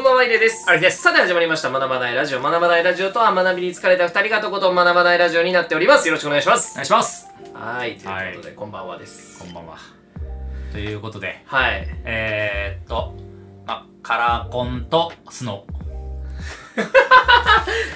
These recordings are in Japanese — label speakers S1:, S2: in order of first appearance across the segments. S1: ワイデです。
S2: あれです
S1: さて始まりました、学ばないラジオ。学ばないラジオとは学びに疲れた二人がとことん学ばないラジオになっております。よろしくお願いします。
S2: お願いします
S1: はい、ということで、こんばんはです
S2: こ。んばんはということで
S1: はい。
S2: えー、っとまあカラコンとスノ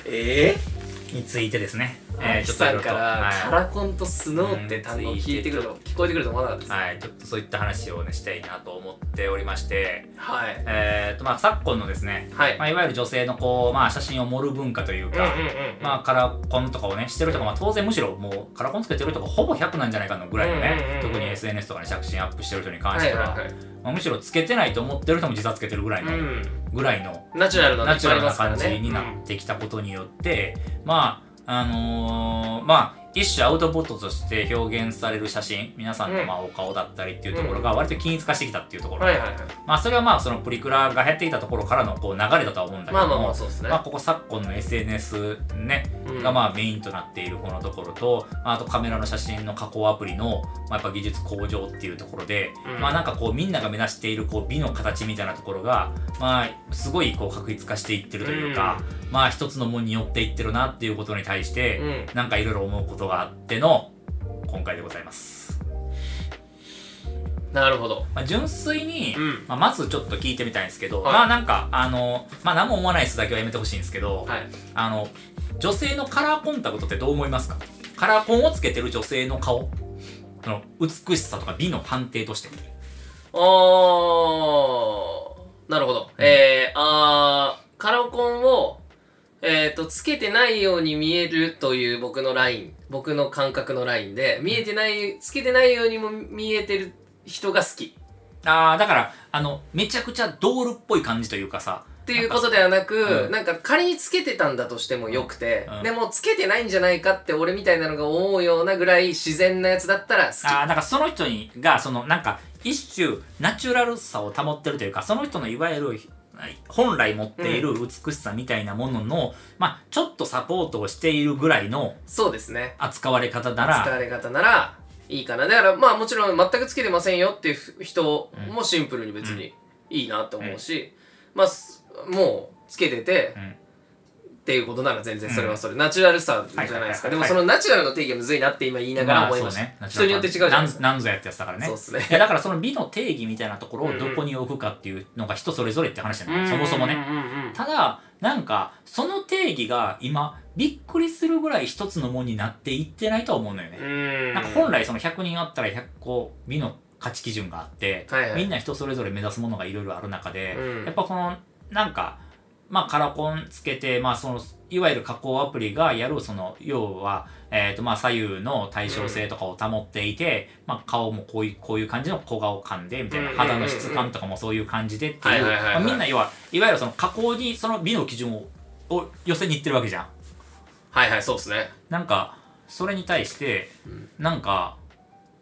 S1: え
S2: ーについてですね
S1: えー、
S2: ち
S1: ち
S2: ょ
S1: ょ
S2: っ
S1: っ
S2: と
S1: とさん
S2: いろいろ
S1: か
S2: と
S1: ら、カ
S2: は
S1: ラコンとスノーって単語聞いてくると、聞こえてくると思わなかった
S2: い、
S1: です。
S2: はい、ちょっとそういった話をねしたいなと思っておりまして
S1: はい。
S2: えー、っとまあ昨今のですね、
S1: はい
S2: まあ、いわゆる女性のこう、まあ、写真を盛る文化という
S1: うんうん
S2: か、
S1: うんうん。
S2: まあ、カラコンとかをね、してるとか、まあ、当然むしろもう、カラコンつけてる人がほぼ100なんじゃないかのぐらいの
S1: うんうんうんう
S2: ね
S1: ん、
S2: 特に SNS とかに着信アップしてる人に
S1: あ
S2: 関
S1: は
S2: し
S1: い
S2: ては
S1: はい、はい。
S2: まあむしろつけてないと思ってる人も実はつけてるぐらいうの、
S1: ん。
S2: ぐらいの、
S1: ナチュラルなのい
S2: ナ
S1: っ
S2: チ
S1: ぱ
S2: ュ
S1: いあり
S2: ラル
S1: ま
S2: な
S1: すからね
S2: 感じになってきたことによって、まあ、あのーまあ、一種アウトプットとして表現される写真、皆さんの
S1: うん
S2: まあお顔だったりっていうところが割と均一化してきたっていうとこ
S1: うん
S2: ろ。
S1: はいはいは
S2: まあ、それはまあ、そのプリクラが減っていたところからのこう流れだとは思うん
S1: い。
S2: だけ
S1: まあ
S2: ど
S1: まあまあ、
S2: も、
S1: そうですね。
S2: まあ、ここ昨今の SNS ね、
S1: うん
S2: がまあメインとなっているこのところと、まああとカメラの写真の加工アプリの、まあ、やっぱ技術向上っていうところで、
S1: うん
S2: まあなんかこうみんなが目指しているこう美の形みたいなところが、まあすごいこう確立化していってるというか、まあ一つのもんに寄っていってるなっていうことに対して、
S1: うん
S2: なんかいろいろ思うことがあっての今回でございます。
S1: なるほど。
S2: まあ、純粋に、
S1: うん
S2: まあ、まずちょっと聞いてみたいんですけど、
S1: はい
S2: まあなんかあの、まあ何も思わない人だけはやめてほしいんですけど、
S1: はい。
S2: あの女性のカラーコンタクトってどう思いますかカラーコンをつけてる女性の顔その美しさとか美の判定として
S1: おー、なるほど。えー、あー、カラコンを、えっ、と、つけてないように見えるという僕のライン、僕の感覚のラインで、見えてない、つけてないようにも見えてる人が好き。
S2: ああだからあのめちゃくちゃドールっぽい感じというかさ
S1: っていうことではなく、
S2: うん
S1: なんか仮につけてたんだとしてもよくて、
S2: うん
S1: でもつけてないんじゃないかって俺みたいなのが思うようなぐらい自然なやつだったら好き。
S2: あーだからその人にがそのなんか一種ナチュラルさを保ってるというかその人のいわゆるはい本来持っている美しさみたいなものの、まあちょっとサポートをしているぐらいの
S1: そうですね。
S2: 扱われ方な
S1: 使
S2: ら
S1: われ方ならいいかなだからまあもちろん全くつけてませんよっていう人
S2: うん
S1: もシンプルに別にいいなって思うし、まあすもうつけてて、
S2: うん
S1: っていうことなら全然それはそれ、ナチュラルさじゃないですか、
S2: はいはいはいはい
S1: でもそのナチュラルの定義はむずいなって今言いながら思いました、
S2: あそ
S1: 人
S2: うね
S1: によって違うじゃないですか
S2: なんなんぞやってやつだからね
S1: そうっすね
S2: いやだからその美の定義みたいなところをどこに置くかっていうのが人それぞれって話じゃない、そもそもね
S1: うんうんうんうん
S2: ただなんかその定義が今びっくりするぐらい一つのもんになっていってないとは思うのよね、
S1: うん
S2: なんか本来その100人あったら100個美の価値基準があって、
S1: はいはい
S2: みんな人それぞれ目指すものがいろいろある中で、
S1: うん
S2: やっぱこのなんかまあカラコンつけて、まあ、そのいわゆる加工アプリがやるその要は、えー、とまあ左右の対称性とかを保っていて、まあ、顔もこういうこういう感じの小顔感でみたいな
S1: うん
S2: 肌の質感とかもそういう感じでっていう
S1: はいはいはい
S2: ま
S1: は
S2: あ
S1: い
S2: みんな要はいわゆるその加工にその美の基準をを寄せにいってるわけじゃん。
S1: はいはいそうですね
S2: なんかそれに対して、
S1: うん
S2: なんか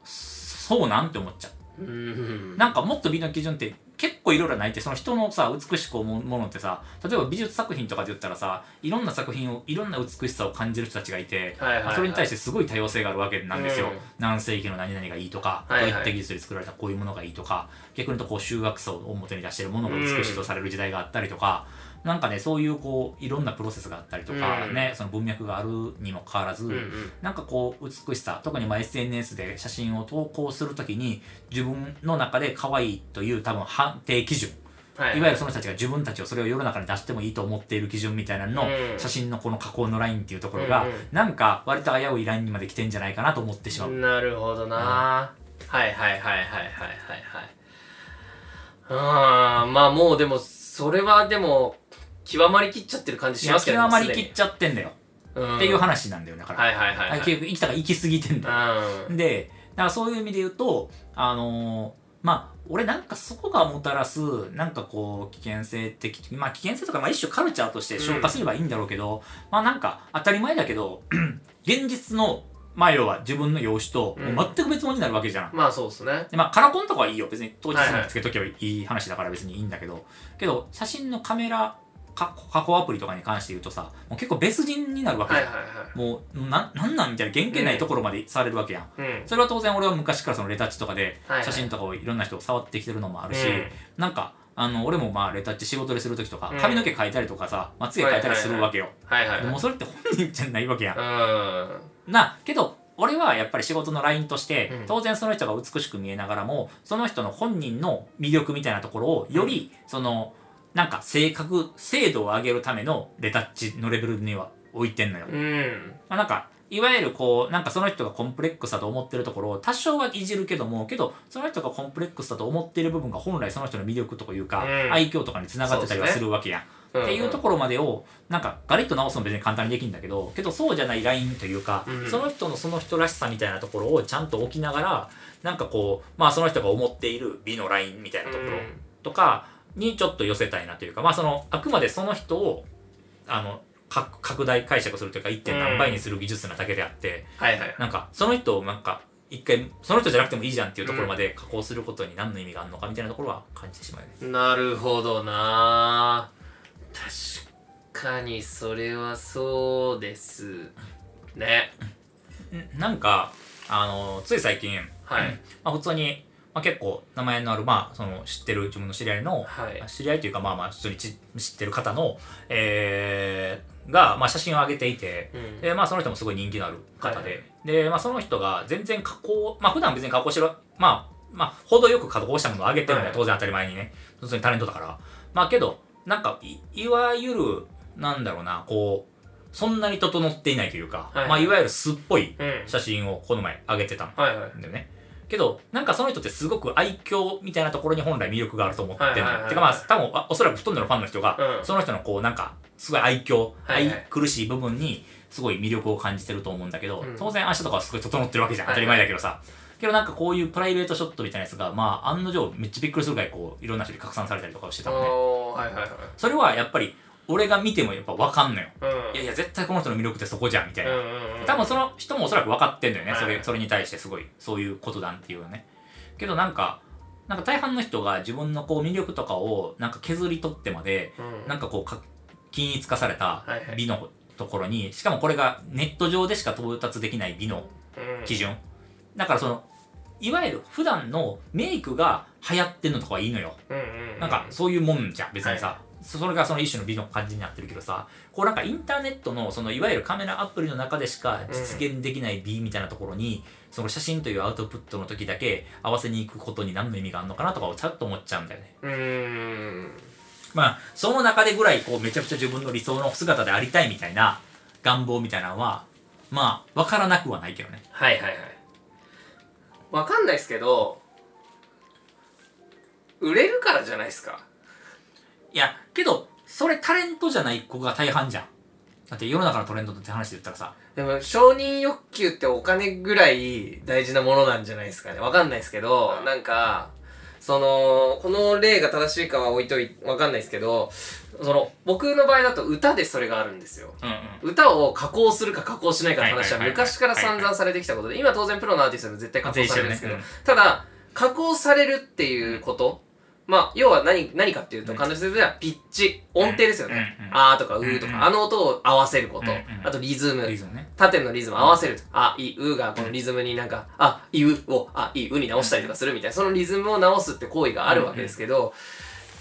S2: そうなんって思っちゃ
S1: う
S2: う
S1: ん
S2: なんかもっと美の基準って結構いろいろないってその人のさ美しく思うものってさ例えば美術作品とかで言ったらさいろんな作品をいろんな美しさを感じる人たちがいて、
S1: はいはいはい
S2: それに対してすごい多様性があるわけなんですよ、
S1: うん
S2: 何世紀の何々がいいとか、
S1: はいはい
S2: こういった技術で作られたこういうものがいいとか逆に言うとこう集学層を表に出してるものが美しいとされる時代があったりとか、なんかねそういうこういろんなプロセスがあったりとか、
S1: うん
S2: ねその文脈があるにもかかわらず、
S1: うんうん
S2: なんかこう美しさ特にまあ SNS で写真を投稿するときに自分の中で可愛いという多分判定基準
S1: はい
S2: いわゆるその人たちが自分たちをそれを世の中に出してもいいと思っている基準みたいなのの
S1: うん
S2: 写真のこの加工のラインっていうところが
S1: うんうん
S2: なんか割と危ういラインにまで来てんじゃないかなと思ってしまう。
S1: なるほどな、はいはいはいはいはいはいはいうんまあもうでもそれはでも極まりきっちゃってる感じしますけど
S2: はあまり切っちゃってんだよ
S1: っ
S2: っていう話なんだよだから。
S1: はいはいはい、はい、
S2: 結局生きたが行き過ぎてんだよ。
S1: うん
S2: で、だからそういう意味で言うと、あのーまあ、俺なんかそこがもたらす、なんかこう、危険性的、まあ危険性とか、まあ一種カルチャーとして消化すればいいんだろうけど、まあなんか当たり前だけど、 現実の、まあ要は自分の容姿と、
S1: うん
S2: もう全く別物になるわけじゃん。
S1: まあそうですね
S2: でまあ、カラコンとかはいいよ。別に当日
S1: はい
S2: に
S1: はい
S2: つけとけばいい話だから別にいいんだけど。けど、写真のカメラ加工加工アプリとかに関して言うとさ、もう結構別人になるわけ
S1: は
S2: じ
S1: い
S2: ゃん。
S1: はい
S2: もう、な、なんなんみたいな原型ないところまでされるわけやん。
S1: はいうん
S2: それは当然俺は昔からそのレタッチとかで
S1: はいはい
S2: 写真とかをいろんな人を触ってきてるのもあるし、
S1: うん
S2: なんかあの、俺もまあ、レタッチ仕事でするときとか
S1: うん、
S2: 髪の毛変えたりとかさ、まつげ変えたりするわけよ。
S1: はいはい
S2: でも
S1: は
S2: もうそれって本人じゃないわけやん。
S1: い。うん。
S2: なけど俺はやっぱり仕事のラインとして
S1: うん
S2: 当然その人が美しく見えながらもその人の本人の魅力みたいなところをよりそのなんか性格精度を上げるためのレタッチのレベルには置いてんのよ。
S1: うん。
S2: まあ、なんかいわゆるこうなんかその人がコンプレックスだと思ってるところを多少はいじるけどもけどその人がコンプレックスだと思ってる部分が本来その人の魅力とかいうか、
S1: うん
S2: 愛嬌とかにつながってたりはするわけやん。っていうところまでをなんかガリッと直すの別に簡単にできるんだけどけどそうじゃないラインというか、
S1: うん
S2: その人のその人らしさみたいなところをちゃんと置きながらなんかこうまあその人が思っている美のラインみたいなところとかにちょっと寄せたいなというかまあそのあくまでその人をあのか拡大解釈するというか 1. 点何倍にする技術なだけであって、
S1: はいはい。
S2: なんかその人をなんか一回その人じゃなくてもいいじゃんっていうところまで加工することに何の意味があるのかみたいなところは感じてしまうね。
S1: なるほどな確かにそれはそうですね
S2: んなんかあのつい最近、
S1: はい
S2: まあ、普通に、まあ、結構名前のある、まあ、その知ってる自分の知り合いの、
S1: はい
S2: 知り合いというかまあまあ普通に知知ってる方の、えーが、まあ、写真を上げていて、
S1: うん
S2: でまあ、その人もすごい人気のある方で、
S1: はい
S2: でまあ、その人が全然加工まあ普段別に加工しろまあまあ程よく加工したものを上げてるの
S1: は
S2: はい当然当たり前にね普通にタレントだからまあけどなんかいいわゆるなんだろうなこうそんなに整っていないというか、
S1: はい
S2: まあ、いわゆる素っぽい
S1: うん
S2: 写真をこの前上げてたん
S1: はいはい
S2: だよね。けど、なんかその人ってすごく愛嬌みたいなところに本来魅力があると思ってるのよ。
S1: はいはいはい
S2: てかまあ、多分あおそらくほとんどのファンの人が、
S1: うん
S2: その人のこう、なんか、すごい愛嬌、
S1: はいはい
S2: 愛苦しい部分に、すごい魅力を感じてると思うんだけど、
S1: うん
S2: 当然足とかはすごい整ってるわけじゃん。
S1: は
S2: 当
S1: い
S2: た
S1: はい
S2: り前だけどさ。けどなんかこういうプライベートショットみたいなやつが、まあ、案の定めっちゃびっくりするぐらい、こう、いろんな人に拡散されたりとかをしてたのね。
S1: おーはいはいはい
S2: それはやっぱり、俺が見てもやっぱわかんのよ。
S1: うん
S2: いやいや、絶対この人の魅力ってそこじゃん、みたいな。
S1: うんうんうん
S2: 多分その人もおそらく分かってんだよね、
S1: はい
S2: それそれに対してすごいそういうことだっていうねけどなんかなんか大半の人が自分のこう魅力とかをなんか削り取ってまで
S1: うん
S2: なんかこうか均一化された
S1: はいはい
S2: 美のところにしかもこれがネット上でしか到達できない美の
S1: うん
S2: 基準だからそのいわゆる普段のメイクが流行ってんのとかはいいのよ
S1: うんうんうん
S2: なんかそういうもんじゃん別にさ、そそれがその一種の美の感じになってるけどさこうなんかインターネットのそのいわゆるカメラアプリの中でしか実現できない美みたいなところに、その写真というアウトプットの時だけ合わせに行くことに何の意味があるのかなとかをちゃっと思っちゃうんだよね
S1: うーん
S2: まあその中でぐらいこうめちゃくちゃ自分の理想の姿でありたいみたいな願望みたいなのはまあ分からなくはないけどね
S1: はいはいはいわかんないですけど売れるからじゃないですか
S2: いやけどそれタレントじゃない子が大半じゃんだって世の中のトレンドって話で言ったらさ
S1: でも承認欲求ってお金ぐらい大事なものなんじゃないですかねわかんないですけどなんかそのこの例が正しいかは置いといわかんないですけどその僕の場合だと歌でそれがあるんですよ
S2: うんうん
S1: 歌を加工するか加工しないかの話は
S2: はいはいはいはい
S1: 昔から散々されてきたことで今当然プロのアーティストでも絶対加工されるんですけど
S2: 全
S1: ただ加工されるっていうことまあ要は何何かっていうと
S2: うん
S1: 彼女先生はピッチ音程ですよね
S2: うんうん
S1: あーとかうーと
S2: うんうん
S1: かあの音を合わせること
S2: うんうん
S1: あとリズム
S2: リズムね
S1: 縦のリズム合わせると、あ、い、うがこのリズムになんか、あ、いうを、あ、いうに直したりとかするみたいな、そのリズムを直すって行為があるわけですけど、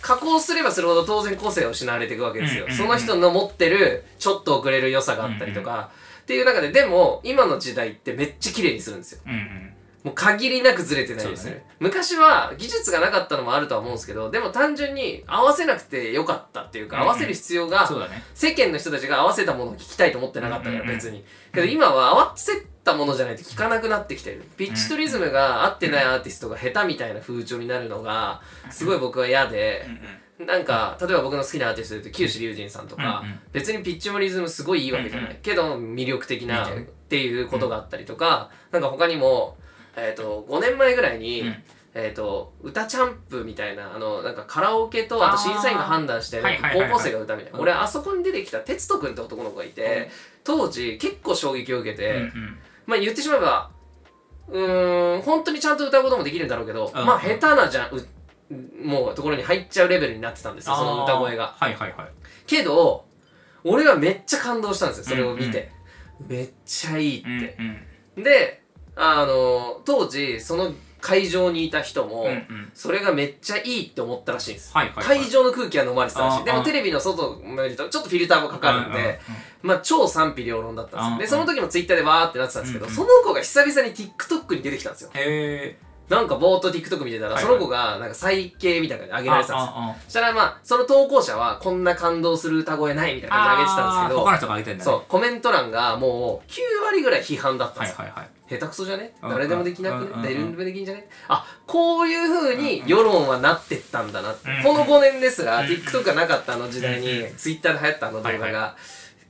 S1: 加工すればするほど当然個性を失われていくわけですよ
S2: うん。うんうん
S1: その人の持ってる、ちょっと遅れる良さがあったりとか、っていう中で、でも、今の時代ってめっちゃ綺麗にするんですよ。
S2: うんうん
S1: もう限りなくずれてないです
S2: そう
S1: ね
S2: だね
S1: 昔は技術がなかったのもあるとは思うんですけど、でも単純に合わせなくてよかったっていうか、
S2: うん
S1: 合
S2: うん
S1: わせる必要が、
S2: そうだね
S1: 世間の人たちが合わせたものを聞きたいと思ってなかったから
S2: うんうんうん
S1: 別にけど今は合わせたものじゃないと聞かなくなってきてるピッチとリズムが合ってないアーティストが下手みたいな風潮になるのがすごい僕は嫌でなんか例えば僕の好きなアーティストで言うと九死龍神さんとか
S2: うんうん
S1: 別にピッチもリズムすごいいいわけじゃな
S2: うん
S1: いけど魅力的な
S2: 見て
S1: っ
S2: る
S1: ていうことがあったりとかなんか他にもえっと5年前ぐらいに
S2: うん
S1: えっと歌チャンプみたいなあのなんかカラオケとあと審査員が判断して
S2: はいはいはいは
S1: 高
S2: い
S1: 校生が歌うみたいな
S2: うん
S1: 俺あそこに出てきた哲人君って男の子がいて当時結構衝撃を受けて、まあ言ってしまえばうーん本当にちゃんと歌うこともできるんだろうけど、
S2: うん
S1: まあ下手なじゃんうもうところに入っちゃうレベルになってたんですよその歌声が
S2: はいはいはい
S1: けど俺はめっちゃ感動したんですよそれを見て、めっちゃいいって、で、あの、当時、その会場にいた人も、
S2: うんうん
S1: それがめっちゃいいって思ったらしいんです。
S2: はいはい、はい、
S1: 会場の空気は飲まれてたらし
S2: あ
S1: い。
S2: ー
S1: でもテレビの外を見るとちょっとフィルターがかかるん
S2: うんうんうん
S1: で、まあ超賛否両論だったんですよ。
S2: うんう
S1: で、その時もツイッターでわーってなってたんですけど、
S2: うんうん
S1: その子が久々に TikTok に出てきたんですよ。
S2: へえ
S1: なんかぼーっと TikTok 見てたら、
S2: はいはい
S1: その子がなんか再掲みたいな感じで上げられてたんですよ。
S2: あ
S1: そしたらまあ、その投稿者はこんな感動する歌声ないみたいな感じで上げてたんですけど、
S2: 他の人が上げてんだね
S1: そう、コメント欄がもう9割ぐらい批判だったん
S2: は
S1: で
S2: い
S1: すよ。
S2: はいはい
S1: 下手くそじゃね
S2: うん
S1: 誰でもできなく
S2: うんうんうん
S1: ね誰でもできんじゃねあ、こういう風に世論はなってったんだなって
S2: うんうん。
S1: この5年ですら、
S2: うんうん
S1: TikTok がなかったあの時代に
S2: うんうん、
S1: Twitter で流行ったあの動
S2: は
S1: 画
S2: いは
S1: が、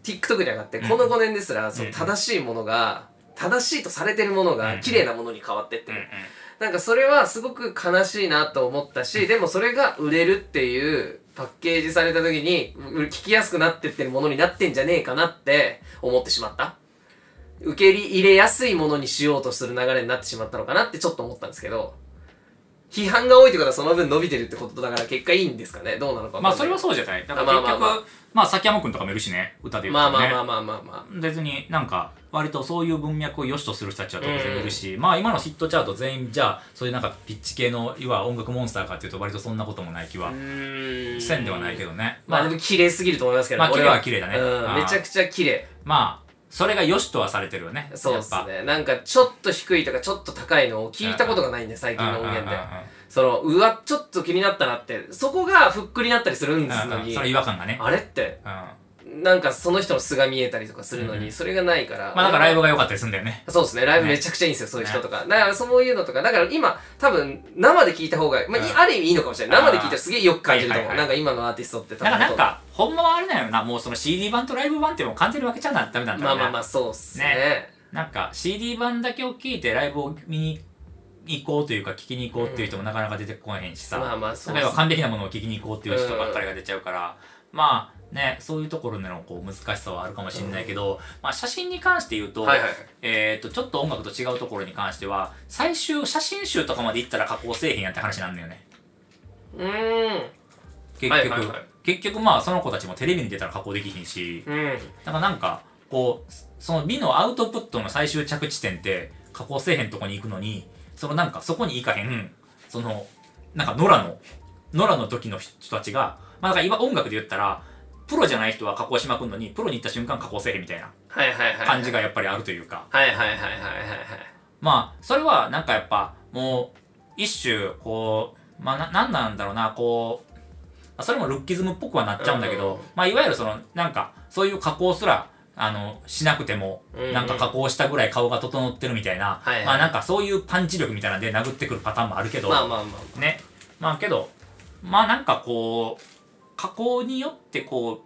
S1: TikTok に上がって、この5年ですら、その正しいものが、正しいとされてるもの
S2: う
S1: が
S2: ん
S1: 綺麗なものに変わってって
S2: うんうん
S1: る。なんかそれはすごく悲しいなと思ったし、でもそれが売れるっていうパッケージされた時に、う聞きやすくなってってるものになってんじゃねえかなって思ってしまった。受け入れやすいものにしようとする流れになってしまったのかなってちょっと思ったんですけど、批判が多いってことはその分伸びてるってことだから結果いいんですかねどうなのかわかん
S2: ま
S1: な
S2: あ
S1: い
S2: それはそうじゃないだから
S1: まあま
S2: 結
S1: あ
S2: 局
S1: まあ
S2: まあ崎山君とかもいるしね歌で言う
S1: まあ
S2: とね
S1: まあまあまあまあまあ。
S2: 別になんか割とそういう文脈を良しとする人たちは当然いるし、まあ今のヒットチャート全員じゃあそういうなんかピッチ系のいわゆる音楽モンスターかっていうと割とそんなこともない気は
S1: うん
S2: せんではないけ。どね、
S1: まあ
S2: ま
S1: でも
S2: あ
S1: 綺麗すぎると思いますけど
S2: まあ
S1: 俺は
S2: 綺麗は綺麗だね
S1: うん
S2: あー
S1: めちゃくちゃ綺麗。
S2: まあそれが良しとはされてるよね
S1: そうです
S2: やっぱ
S1: ね。なんか、ちょっと低いとか、ちょっと高いのを聞いたことがないんで、最近の音源で
S2: うんうん。うんうん
S1: その、うわ、ちょっと気になったなって、そこがフックになったりするんですの
S2: うんうん
S1: に
S2: そ、れ違和感がね、うん
S1: あれって、
S2: ま
S1: なんかその人の素が見えたりとかするの
S2: うんう
S1: に、それがないから。
S2: あなんかライブが良かったりするんだよね
S1: そうですね。ライブ
S2: ね
S1: めちゃくちゃいいんですよ、そういう人とか。だからそういうのとか、だから今、多分、生で聞いた方が、まあ、い
S2: うん
S1: ある意味いいのかもしれない。生で聞いたらすげえよく感じると思
S2: は
S1: う。
S2: い
S1: な
S2: は
S1: ん
S2: い
S1: か今のアーティストって多
S2: だから
S1: 分
S2: なんかほんまはあれだよなもうその CD 版とライブ版ってもう完全に分けちゃなダメなんだ
S1: ま
S2: ろ
S1: あ
S2: うね
S1: まあまあ、そうっすね
S2: ね。なんか CD 版だけを聞いてライブを見に行こうというか聞きに行こうっていう人もなかなか出てこへんしさ、
S1: まあまあ、そうっ
S2: 例え
S1: す
S2: ば
S1: ね。
S2: 完璧なものを聞きに行こうっていう人ばっかりが出ちゃうから、まあねそういうところでのこう難しさはあるかもしれないけど、まあ、写真に関して言うと,、
S1: はいはい。
S2: えー、とちょっと音楽と違うところに関しては最終写真集とかまで行ったら加工せえへんやって話なんだよね
S1: うーん。
S2: 結局、
S1: はいはいはい
S2: 結局まあその子たちもテレビに出たら加工できひんし
S1: うん。
S2: だからなんかこうその美のアウトプットの最終着地点って加工せえへんとこに行くのにそのなんかそこに行かへんそのなんか野良の野良の時の人たちがまあだから今音楽で言ったらプロじゃない人は加工しまくんのにプロに行った瞬間加工せえへんみたいな
S1: はいはいはいはい。
S2: 感じがやっぱりあるというか
S1: はいはいはいはいはい
S2: まあそれはなんかやっぱもう一種こうまあななんなんだろうなこうまあそれもルッキズムっぽくはなっちゃうんだけど、
S1: うん
S2: まあいわゆるそのなんかそういう加工すらあのしなくても
S1: うんうん
S2: なんか加工したぐらい顔が整ってるみたいな、
S1: はいはい
S2: まあなんかそういうパンチ力みたいなんで殴ってくるパターンもあるけど、
S1: まあまあまあ
S2: ねまあけどまあなんかこう加工によってこう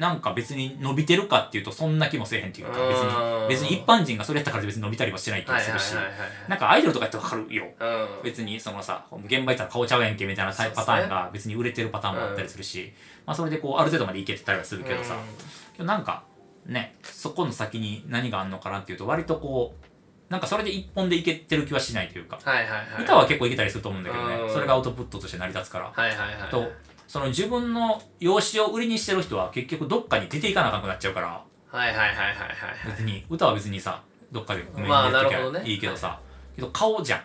S2: なんか別に伸びてるかっていうとそんな気もせえへんっていうか別
S1: うん
S2: に別に一般人がそれやったから別に伸びたりもしてない気
S1: は
S2: も
S1: いはい
S2: する
S1: は
S2: し
S1: い
S2: なんかアイドルとかやってわかるよ
S1: はいうん
S2: 別にそのさ現場行ったら顔ちゃうやんけみたいなタイプ
S1: そう
S2: パ
S1: です
S2: タ
S1: ね
S2: ーンが別に売れてるパターンもあったりするし、まあそれでこうある程度までいけてたりはするけどさ、けどなんかねそこの先に何があんのかなっていうと割とこうなんかそれで一本でいけてる気はしないというか
S1: うんはいはいはい
S2: 歌は結構いけたりすると思うんだけどね
S1: うん
S2: それがアウトプットとして成り立つから
S1: はいはいはい
S2: とその自分の用紙を売りにしてる人は結局どっかに出ていかなあかんくなっちゃうから
S1: はいはいはいはいはいはい
S2: 別に歌は別にさどっかで
S1: まあなるほどね
S2: いいけどさけど顔じゃん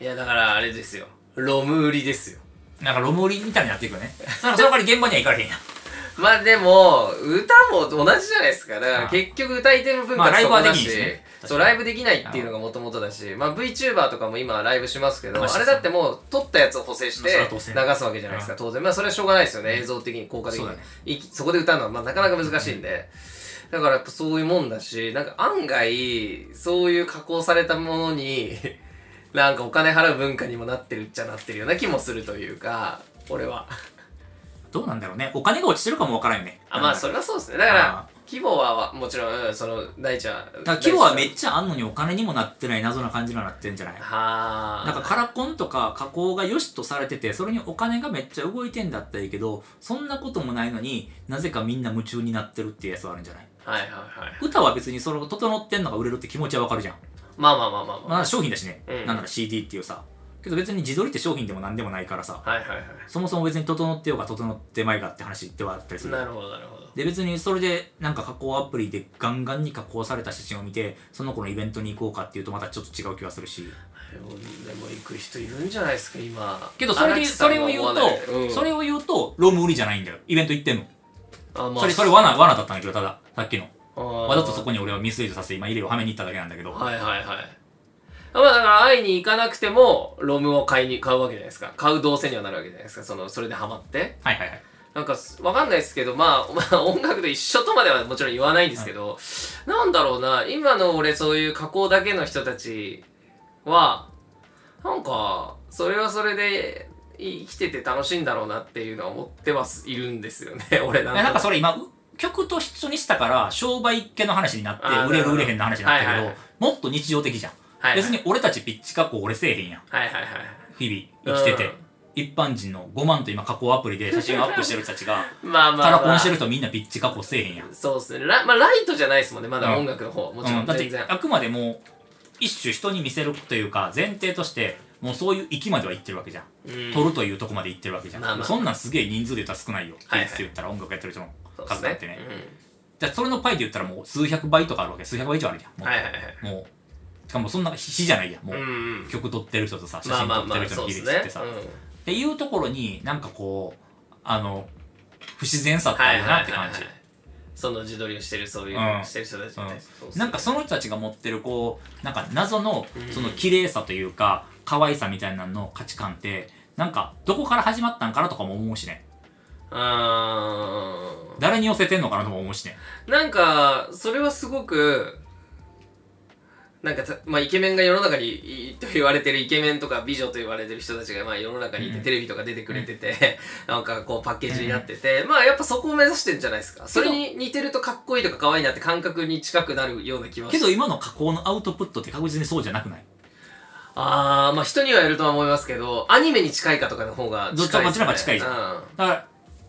S1: いやだからあれですよロム売りですよ
S2: なんかロム売りみたいになっていくよねなんかその代わり現場には行かれへんや ん
S1: まあでも歌も同じじゃないですかだから
S2: ああ
S1: 結局歌い手の文
S2: ま
S1: 化
S2: あ
S1: って
S2: ライ
S1: そこ
S2: ブはで
S1: だ
S2: きん
S1: し
S2: しね
S1: そうライブできないっていうのがもともとだしまあ VTuber とかも今ライブしますけど
S2: まあ
S1: あれだってもう撮ったやつを補正して
S2: まあそれは
S1: 流
S2: 当
S1: す
S2: 然
S1: わけじゃないですか当然まあそれはしょうがないですよね映像的に効果的
S2: そう
S1: に
S2: だね
S1: いきそこで歌うのは、まあ、なかなか難しいんで、だからやっぱそういうもんだし、なんか案外、そういう加工されたものに、なんかお金払う文化にもなってるっちゃなってるような気もするというか、俺は。
S2: どうなんだろうねお金が落ちてるかもわからんよね
S1: あ、まあそれはそうですね。だか
S2: あ
S1: ら
S2: あ、
S1: 規模はわもちろんうん、その、大ちゃん。
S2: だから規模はめ
S1: っ
S2: っちゃあんのにお金にもなってない謎な感じにはなってんじゃない
S1: はあ。
S2: なんかカラコンとか加工が良しとされててそれにお金がめっちゃ動いてんだったらいいけどそんなこともないのになぜかみんな夢中になってるっていうやつはあるんじゃない
S1: はいはいはい。
S2: 歌は別にそれを整ってんのが売れるって気持ちはわかるじゃん、
S1: まあまあまあまあまあ。
S2: まあ、商品だしね、
S1: うん
S2: なんなら CD っていうさけど別に自撮りって商品でも何でもないからさ
S1: はいはいは
S2: そもそも別に整ってようが整ってまいがって話ではあったりす
S1: い
S2: る
S1: なるほどなるほど
S2: で別にそれでなんか加工アプリでガンガンに加工された写真を見てその子のイベントに行こうかっていうとまたちょっと違う気がするし
S1: でも行く人いるんじゃないですか今
S2: けどそれで
S1: 荒木さ
S2: そ
S1: ん
S2: れ
S1: が
S2: を言
S1: 思わ
S2: う
S1: ない
S2: と、
S1: ん
S2: それを言うとロム売りじゃないんだよイベント行ってんの、
S1: あ、まあ、
S2: それそれ罠罠だったんだけどたださっきのわ
S1: わ
S2: ざとそこに俺はミスリードさせて今入れをはめに行っただけなんだけど、
S1: はいはいはいまあだから会いに行かなくてもロムを買いに買うわけじゃないですか買う動線にはなるわけじゃないですかそのそれでハマって
S2: はいはいはい
S1: なんかすわかんないですけど、まあ、ま あ音楽と一緒とまではもちろん言わないんですけど、なんだろうな今の俺そういう加工だけの人たちはなんかそれはそれでい生きてて楽しいんだろうなっていうのは思ってますいるんですよね 俺なん
S2: えなんか
S1: か
S2: それ今う曲と一緒にしたから商売系の話になって
S1: あー
S2: 売
S1: な
S2: れる
S1: るほど
S2: 売れへんの話になったけど、
S1: はいはいはい
S2: もっと日常的じゃん、
S1: はいはい
S2: 別に俺たちピッチ加工俺せえへんやん
S1: はいはいはい
S2: 日々生きてて、
S1: うん
S2: 一般人の5万と今加工アプリで写真アップしてる人たちが
S1: ま あまあ、ま
S2: カ
S1: あ、
S2: ラコンしてる人みんなピッチ加工せえへんやん、
S1: そうですねラ,、まあ、ライトじゃないですもんねまだ
S2: うん
S1: 音楽の方、もちろ
S2: うんん、だっ
S1: 全
S2: て
S1: 然、
S2: あくまでも一種人に見せるというか前提としてもうそういう域までは行ってるわけじゃん、
S1: うん
S2: 撮るというとこまで行ってるわけじゃん、
S1: まあまあ
S2: そんなんすげえ人数で言ったら少ないよ、
S1: はいはい
S2: って言ったら音楽やってる人の
S1: そうっす
S2: 数だってね
S1: う
S2: じゃあそれのパイで言ったらもう数百倍とかあるわけ数百倍以上あるじゃんも
S1: ん
S2: う,、
S1: はいはいはい
S2: もうしかもそんな比じゃないやもう、
S1: うんうん
S2: 曲撮ってる人とさ写
S1: まあ
S2: 真
S1: まあ
S2: 撮っ
S1: ま
S2: てる
S1: あ
S2: 人の
S1: そう
S2: 比
S1: です
S2: 率っ
S1: ね
S2: て、さ、
S1: うん
S2: っていうところになんかこうあの不自然さってあるなって感じ
S1: その自撮りをしてるそういう、
S2: うん
S1: してる人たちみたいな、そうっすね
S2: なんかその人たちが持ってるこうなんか謎の
S1: うん
S2: その綺麗さというか可愛さみたいなのの価値観ってなんかどこから始まったんかなとかも思うしね
S1: あー
S2: 誰に寄せてんのかなとも思うしね
S1: なんかそれはすごくなんかたまあ、イケメンが世の中にいいと言われてるイケメンとか美女と言われてる人たちがまあ世の中にいて、
S2: うん
S1: テレビとか出てくれてて、なんかこうパッケージになってて、まあやっぱそこを目指してるんじゃないですかそれに似てるとかっこいいとか可愛いなって感覚に近くなるような気は
S2: け
S1: し
S2: ど今の加工のアウトプットって確実にそうじゃなくない
S1: あーまあ人にはやるとは思いますけどアニメに近いかとかの方が近いです、ね、
S2: どっちもこっちの方が近いじゃ
S1: ん、うん
S2: だから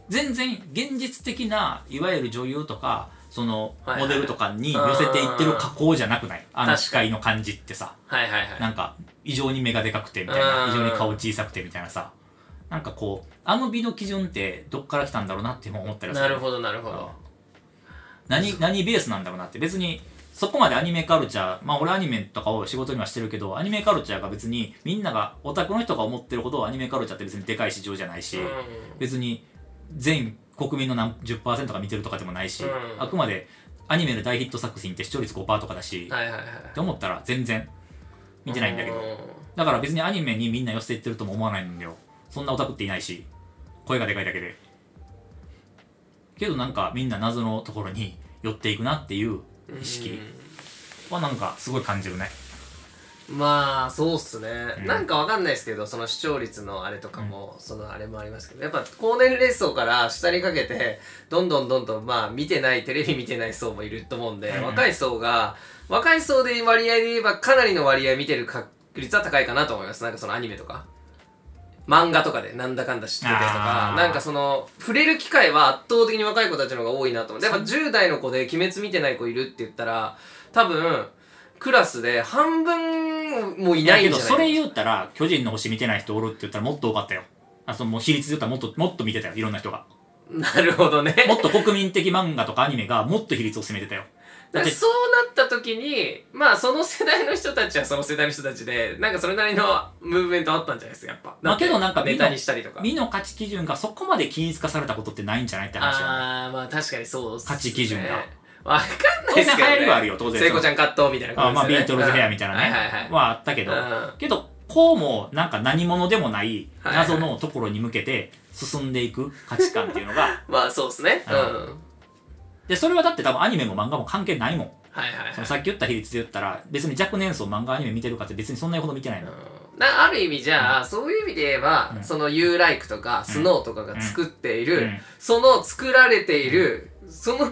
S2: 全然現実的ないわゆる女優とかその
S1: はいはい
S2: モデルとかに寄せていってる加工じゃなくないあの
S1: 確
S2: 視界の感じってさ
S1: はいはいはい
S2: なんか異常に目がでかくてみたいな
S1: うん
S2: 異常に顔小さくてみたいなさなんかこうあの美の基準ってどっから来たんだろうなって今思ったり
S1: なるほどなるほど、
S2: 何何ベースなんだろうなって別にそこまでアニメカルチャーまあ俺アニメとかを仕事にはしてるけどアニメカルチャーが別にみんながオタクの人が思ってるほどアニメカルチャーって別にでかい市場じゃないし、
S1: う
S2: 別に全国民の何10%が見てるとかでもないし、
S1: うん
S2: あくまでアニメの大ヒット作品って視聴率5%とかだし、
S1: んはいはいはい
S2: って思ったら全然見てないんだけど、
S1: う
S2: だから別にアニメにみんな寄せていってるとも思わないんだよそんなオタクっていないし声がでかいだけでけどなんかみんな謎のところに寄っていくなっていう意識はなんかすごい感じるね
S1: まあそうっすね、
S2: うん
S1: なんかわかんないですけどその視聴率のあれとかも、そのあれもありますけどやっぱ高年齢層から下にかけてどんどんどんどんまあ見てないテレビ見てない層もいると思うんで、
S2: うん
S1: 若い層が若い層で割合で言えばかなりの割合見てる確率は高いかなと思いますなんかそのアニメとか漫画とかでなんだかんだ知っててとか
S2: あー
S1: なんかその触れる機会は圧倒的に若い子たちの方が多いなと思ってやっぱ10代の子で「鬼滅見てない子いる」って言ったら多分クラスで半分もい
S2: だ
S1: ない
S2: け
S1: んじ
S2: ど
S1: ゃない
S2: それ言ったら「巨人の星」見てない人おるって言ったらもっと多かったよあそのもう比率で言ったらもっともっと見てたよいろんな人が
S1: なるほどね
S2: もっと国民的漫画とかアニメがもっと比率を占めてたよだ
S1: だか
S2: って
S1: らそうなった時にまあその世代の人たちはその世代の人たちでなんかそれなりのムーブメントあったんじゃないですかやっぱ
S2: まあけどなんか
S1: ネタにしたりとか
S2: 美の価値基準がそこまで均一化されたことってないんじゃないって話だよね
S1: ああまあ確かにそうっすね
S2: 価値基準が
S1: わかんないですけど、ね、
S2: 当然流行りはあるよ当然
S1: 聖子ちゃんカットみたいな
S2: あ
S1: 感
S2: まあ、
S1: じ
S2: ビ
S1: ですよね
S2: ートルズヘアみたいなね、
S1: うんはいはいはい
S2: はあったけど、
S1: うん
S2: けどこうもなんか何者でもない
S1: はいはい
S2: 謎のところに向けて進んでいく価値観っていうの が
S1: まあそうっすねうん
S2: うんでそれはだって多分アニメも漫画も関係ないもん
S1: はいはい
S2: そ
S1: は
S2: の
S1: い
S2: さっき言った比率で言ったら別に若年層漫画アニメ見てるかって別にそんなにほど見てないの、
S1: うんなある意味じゃあ、そういう意味で言えば、
S2: うん
S1: その u ライクとか、スノーとかが作っている、
S2: うん
S1: その作られている、その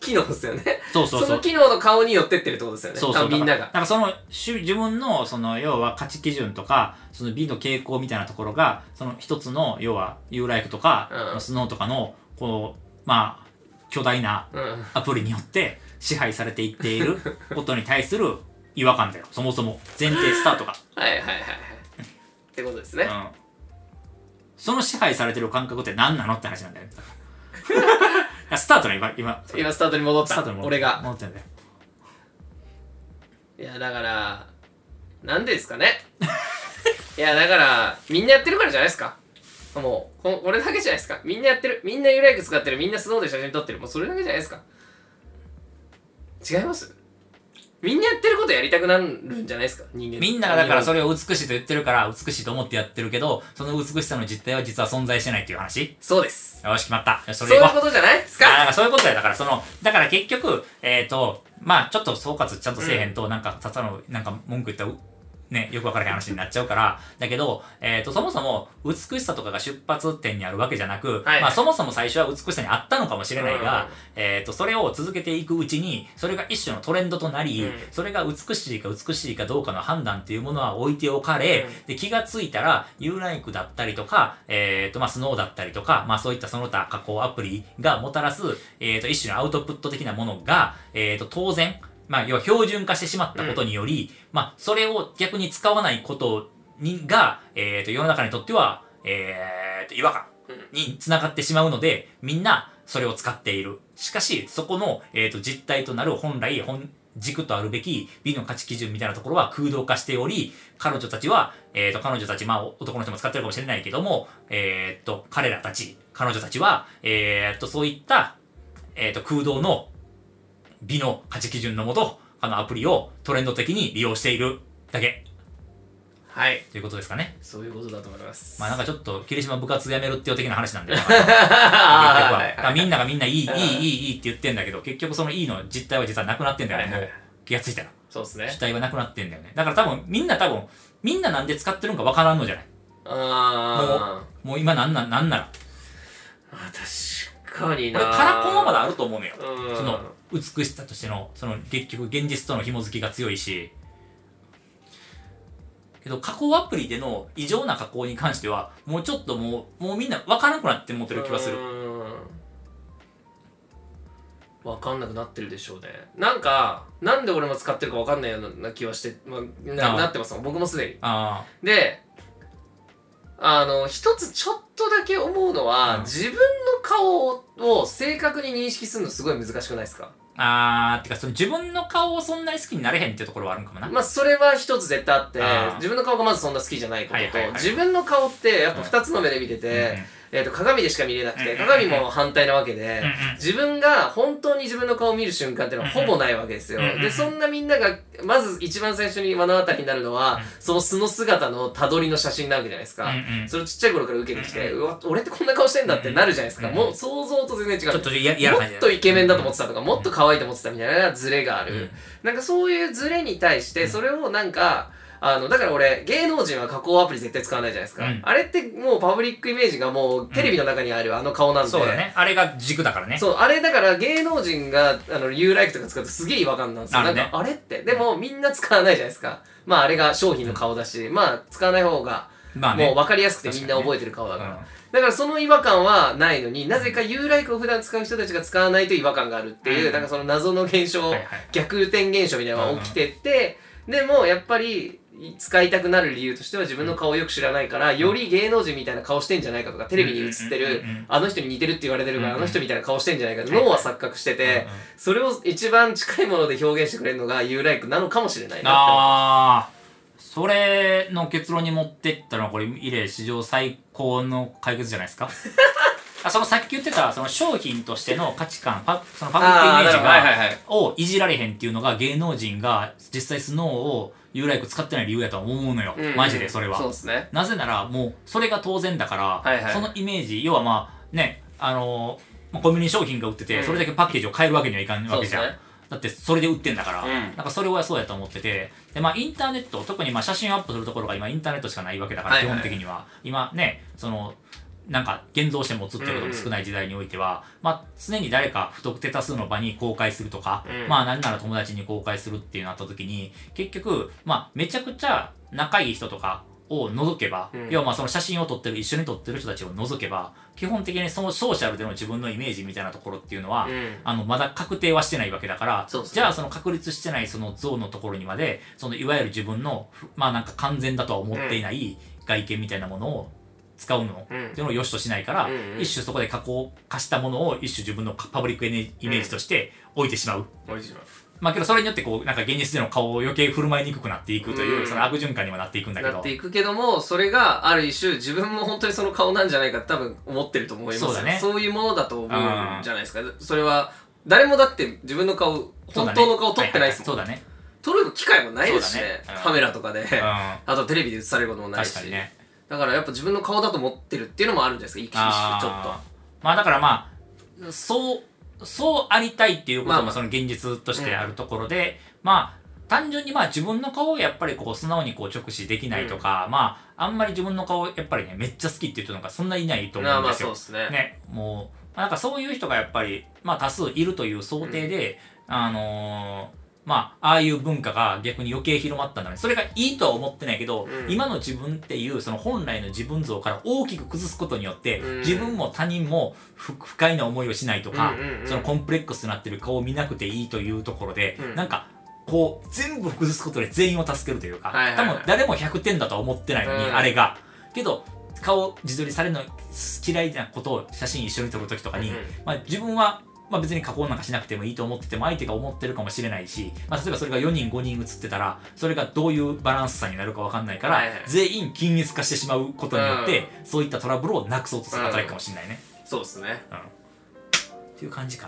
S1: 機能ですよね。
S2: そうそうそ
S1: の
S2: う
S1: 機能の顔に寄ってってるってことですよね。
S2: そうそう
S1: 多分みんなが。
S2: だからだからそのし自分のその要は価値基準とかその美の傾向みたいなところがその一つの要は u ライフとか、
S1: うん
S2: スノーとかのこうまあ巨大な
S1: うん。
S2: アプリによって支配されていって いることに対する違和感だよそもそも前提スタートが
S1: はいはいはいはい。ってこと ですね。
S2: うん、その支配されてる感覚って何なのって話な んだよねあスタートね今今
S1: 今スタートに戻っ
S2: スタ
S1: た
S2: ートに戻っ
S1: 俺が
S2: 戻ってんだよ
S1: いやだからなんでですかね いやだからみんなやってるからじゃないですかもうここれだけじゃないですかみんなやってるみんな由来句使ってるみんなスノーで写真撮ってるもうそれだけじゃないですか違いますみんなやってることやりたくなるんじゃないですか人間
S2: みんながだからそ
S1: れ
S2: れを美しいと言ってるから美しいと思ってやってるけどその美しさの実態は実は存在してないっていう話
S1: そうです
S2: よし決まったよし
S1: そ
S2: そ
S1: う
S2: れ
S1: い
S2: いうこう
S1: ことじゃないです
S2: あ
S1: か
S2: なんかそういうことだよ。だからその、だから結局、えっ、と、まあちょっと総括ちゃんとせえへんと、なんかただの、なんか文句言ったらう、ね、よくわからへん話になっちゃうから、だけど、えっ、と、そもそも美しさとかが出発点にあるわけじゃなく、
S1: はい
S2: まあそもそも最初は美しさにあったのかもしれない
S1: う
S2: が、
S1: ん
S2: えっ、と、それを続けていくうちに、それが一種のトレンドとなり、
S1: うん
S2: それが美しいか美しいかどうかの判断っていうものは置いておかれ、で気がついたら、ユーライクだったりとか、えっ、と、まあ、スノーだったりとか、まあ、そういったその他加工アプリがもたらす、えっ、と、一種のアウトプット的なものが、えっ、と、当然、まあ、要は標準化してしまったことにより、まあ、それを逆に使わないことにが、えっ、と、世の中にとっては、えっ、と、違和感につながってしまうので、みんなそれを使っている。しかし、そこの、えー、と実態となる本来本軸とあるべき美の価値基準みたいなところは空洞化しており、彼女たちは、えー、と彼女たち、まあ男の人も使ってるかもしれないけども、えー、と彼らたち、彼女たちは、えー、とそういった、えー、と空洞の美の価値基準のもと、あのアプリをトレンド的に利用しているだけ
S1: はい
S2: ということですかね。
S1: そういうことだと思います
S2: まあなんかちょっと、霧島部活やめるっていう的な話なんで。結
S1: あ
S2: 局は
S1: はい
S2: だからみんながみんないい、いい
S1: うん、
S2: いい、いいって言ってんだけど、結局そのいいの実態は実はなくなってんだよ
S1: は
S2: ね。
S1: い
S2: も
S1: は
S2: う
S1: い
S2: 気がついたら。
S1: そうです
S2: 実
S1: ね
S2: 態はなくなってんだよね。だから多分、みんな多分、みんななんで使ってるんかわからんのじゃない
S1: あー
S2: もう今なんな、なんなら。
S1: あ確かに
S2: 俺、
S1: な
S2: カラコンはまだあると思うのよ。
S1: うん
S2: その、美しさとしての、その、結局現実との紐づきが強いし。けど、加工アプリでの異常な加工に関しては、もうちょっともう、もうみんなわからなくなって思ってる気がする。
S1: 分かんなくなってるでしょうねなんかなんで俺も使ってるか分かんないような気はして、まあ、
S2: あ
S1: な
S2: あ
S1: なってます僕もすでに
S2: あ
S1: であの一つちょっとだけ思うのは、
S2: うん
S1: 自分の顔を正確に認識するのすごい難しくないですか
S2: あ、ああ、てか、その自分の顔をそんなに好きになれへんっていうところはあるんかもな。
S1: まあそれは一つ絶対あって
S2: ああ
S1: 自分の顔がまずそんな好きじゃないことと、
S2: はいはいはい
S1: 自分の顔ってやっぱ二つの目で見てて、えー、と鏡でしか見れなくて、
S2: うん
S1: 鏡も反対なわけで、
S2: うんうん
S1: 自分が本当に自分の顔を見る瞬間っていうのはほぼないわけですよ。
S2: うんうん
S1: で、そんなみんなが、まず一番最初に目の当たりになるのは、
S2: うん
S1: その素の姿のたどりの写真なわけじゃないですか。
S2: うんうん
S1: それをちっちゃい頃から受けてきて、うわ、俺ってこんな顔してんだってなるじゃないですか。
S2: うんうん
S1: もう想像と全然違
S2: ちょ
S1: う
S2: っ。と嫌嫌な
S1: も
S2: 感じ
S1: っとイケメンだと思っててたとか、もっと可愛いと思ってたみたいなズレがある。なんかそういうズレに対して、それをなんか、あの、だから俺、芸能人は加工アプリ絶対使わないじゃないですか。
S2: うん
S1: あれってもうパブリックイメージがもうテレビの中にあるあの顔なんで。
S2: そうだね。あれが軸だからね。
S1: そう、あれだから芸能人が、あの、ユーライクとか使うとすげえ違和感なんですよ。
S2: あ
S1: な
S2: る
S1: ん
S2: ね
S1: か、あれって。でもみんな使わないじゃないですか。まああれが商品の顔だし、まあ使わない方が、
S2: まあね。
S1: もう分かりやすくてみんな覚えてる顔だから。だからその違和感はないのになぜか U ライクを普段使う人たちが使わないと違和感があるっていう、
S2: うん
S1: なんかその謎の現象、
S2: はいはい
S1: 逆転現象みたいなのが起きてって、でもやっぱり使いたくなる理由としては自分の顔をよく知らないから、より芸能人みたいな顔してんじゃないかとかテレビに映ってる、
S2: うんうんうんうん
S1: あの人に似てるって言われてるから、
S2: うんう
S1: あ
S2: ん
S1: の人みたいな顔してんじゃないかと
S2: はいはい
S1: 脳は錯覚してて、
S2: うんうん
S1: それを一番近いもので表現してくれるのが U ライクなのかもしれないなっ
S2: ああ、それの結論に持ってったのは、これ、イレ史上最高の解決じゃないで すか。あそのさっき言ってた、その商品としての価値観、パそのパブリックイメージ
S1: あーなるほ
S2: が、
S1: どはいはいはい
S2: をいじられへんっていうのが芸能人が実際スノーを U ライク使ってない理由やとは思うのよ。
S1: て思う、うん
S2: マジでそれは。
S1: そうですね
S2: なぜならもうそれが当然だから、
S1: はいはい
S2: そのイメージ要はまあねあのーまあコンビニ商品が売ってて、
S1: うん
S2: それだけパッケージを変えるわけにはいかんわけじゃん、
S1: そうですね
S2: だってそれで売ってんだから、
S1: うん
S2: なんかそれはそうやと思っててでまあインターネット特にまあ写真アップするところが今インターネットしかないわけだから、
S1: はいはい
S2: 基本的には今ねそのなんか現像して持つってことも少ない時代においては、まあ、常に誰か不特定多数の場に公開するとか、
S1: うん
S2: まあ何なら友達に公開するっていうなった時に結局、まあ、めちゃくちゃ仲いい人とかを除けば、
S1: うん
S2: 要はまあその写真を撮ってる一緒に撮ってる人たちを除けば基本的にそのソーシャルでの自分のイメージみたいなところっていうのは、
S1: うん
S2: あのまだ確定はしてないわけだから、
S1: そうですね
S2: じゃあその確立してないその像のところにまでそのいわゆる自分のふまあなんか完全だとは思っていない、外見みたいなものを使うの
S1: うん
S2: っていうのを良しとしないから、
S1: うんうん
S2: 一種そこで加工化したものを一種自分のパブリックエネイメージとして置いてしまう、
S1: おいしいわ
S2: まあけどそれによってこうなんか現実での顔を余計振る舞いにくくなっていくという、
S1: うん
S2: その悪循環にはなっていくんだけど
S1: なっていくけどもそれがある一種自分も本当にその顔なんじゃないかって多分思ってると思いますよ
S2: そうだね
S1: そういうものだと思うんじゃないですかそれは誰もだって自分の顔
S2: そうだ
S1: 本
S2: ね
S1: 当の顔撮ってないですもん、
S2: ははは
S1: 撮る機会もないですしね
S2: そうだねうん
S1: カメラとかで、
S2: そうだね、
S1: あとテレビで映されることも
S2: うん、
S1: ない
S2: 確
S1: し
S2: かにね
S1: だからやっぱ自分の顔だと思ってるっていうのもあるんじゃないですか一種ちょっと
S2: あーまあだからまあそうそうありたいっていうこと
S1: ま
S2: も
S1: あ
S2: その現実としてあるところで、まあ単純にまあ自分の顔をやっぱりこう素直にこう直視できないとか、まああんまり自分の顔やっぱりねめっちゃ好きっていう人なんかそんないないと
S1: まあ
S2: 思うん
S1: まあ
S2: です
S1: そう
S2: よ
S1: で。すね
S2: ね、もう、まあ、なんかそういう人がやっぱり、まあ多数いるという想定で、あのーまあ、ああいう文化が逆に余計広まったんだね。それがいいとは思ってないけ
S1: う
S2: ど、
S1: ん
S2: 今の自分っていう、その本来の自分像から大きく崩すことによって、
S1: うん
S2: 自分も他人も不不快な思いをしないとか、
S1: うんうんうん
S2: そのコンプレックスになってる顔を見なくていいというところで、
S1: うん
S2: なんか、こう、全部崩すことで全員を助けるというか、
S1: はいはいはい
S2: 多分誰も100点だとは思ってないのに、
S1: うん
S2: あれが。けど、顔自撮りされるの嫌いなことを写真一緒に撮るときとかに、
S1: うんうん
S2: まあ、自分は、まあ、別に加工なんかしなくてもいいと思ってても相手が思ってるかもしれないし、まあ、例えばそれが4人5人写ってたらそれがどういうバランス差になるかわかんないから、
S1: はいはい
S2: 全員均一化してしまうことによって、そういったトラブルをなくそうとする働きかもしれないね、
S1: そうですね
S2: うんっていう感じか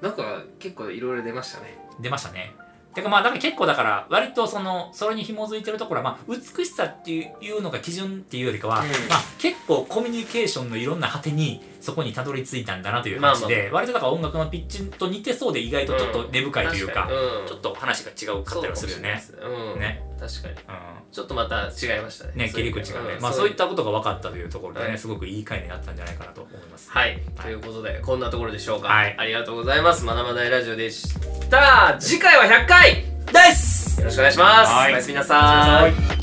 S2: な
S1: なんか結構いろいろ出ましたね
S2: 出ましたねてかまあだから結構だから割とそのそれに紐づいてるところはまあ美しさっていうのが基準っていうよりかは、
S1: うん
S2: まあ結構コミュニケーションのいろんな果てにそこにたどり着いたんだなという
S1: まあま
S2: 話
S1: あ
S2: で、割とだから音楽のピッチと似てそうで意外とちょっと根深いというか,、
S1: 確にうん
S2: ちょっと話が違うかったりはするよね。
S1: そうかもしれないです
S2: ね
S1: うん確かに
S2: う
S1: ちょっとまた違いましたね
S2: ん、ね
S1: そうい
S2: 切
S1: う
S2: り口がね、
S1: ん
S2: まあそういったことが分かったというところでね、
S1: はい
S2: すごくいい回になったんじゃないかなと思います。
S1: はい、ということでこんなところでしょうか、
S2: はい
S1: ありがとうございますまだまだいラジオでした次回は100回
S2: です
S1: よろしくお願いします
S2: はい
S1: おやすみなさーい
S2: い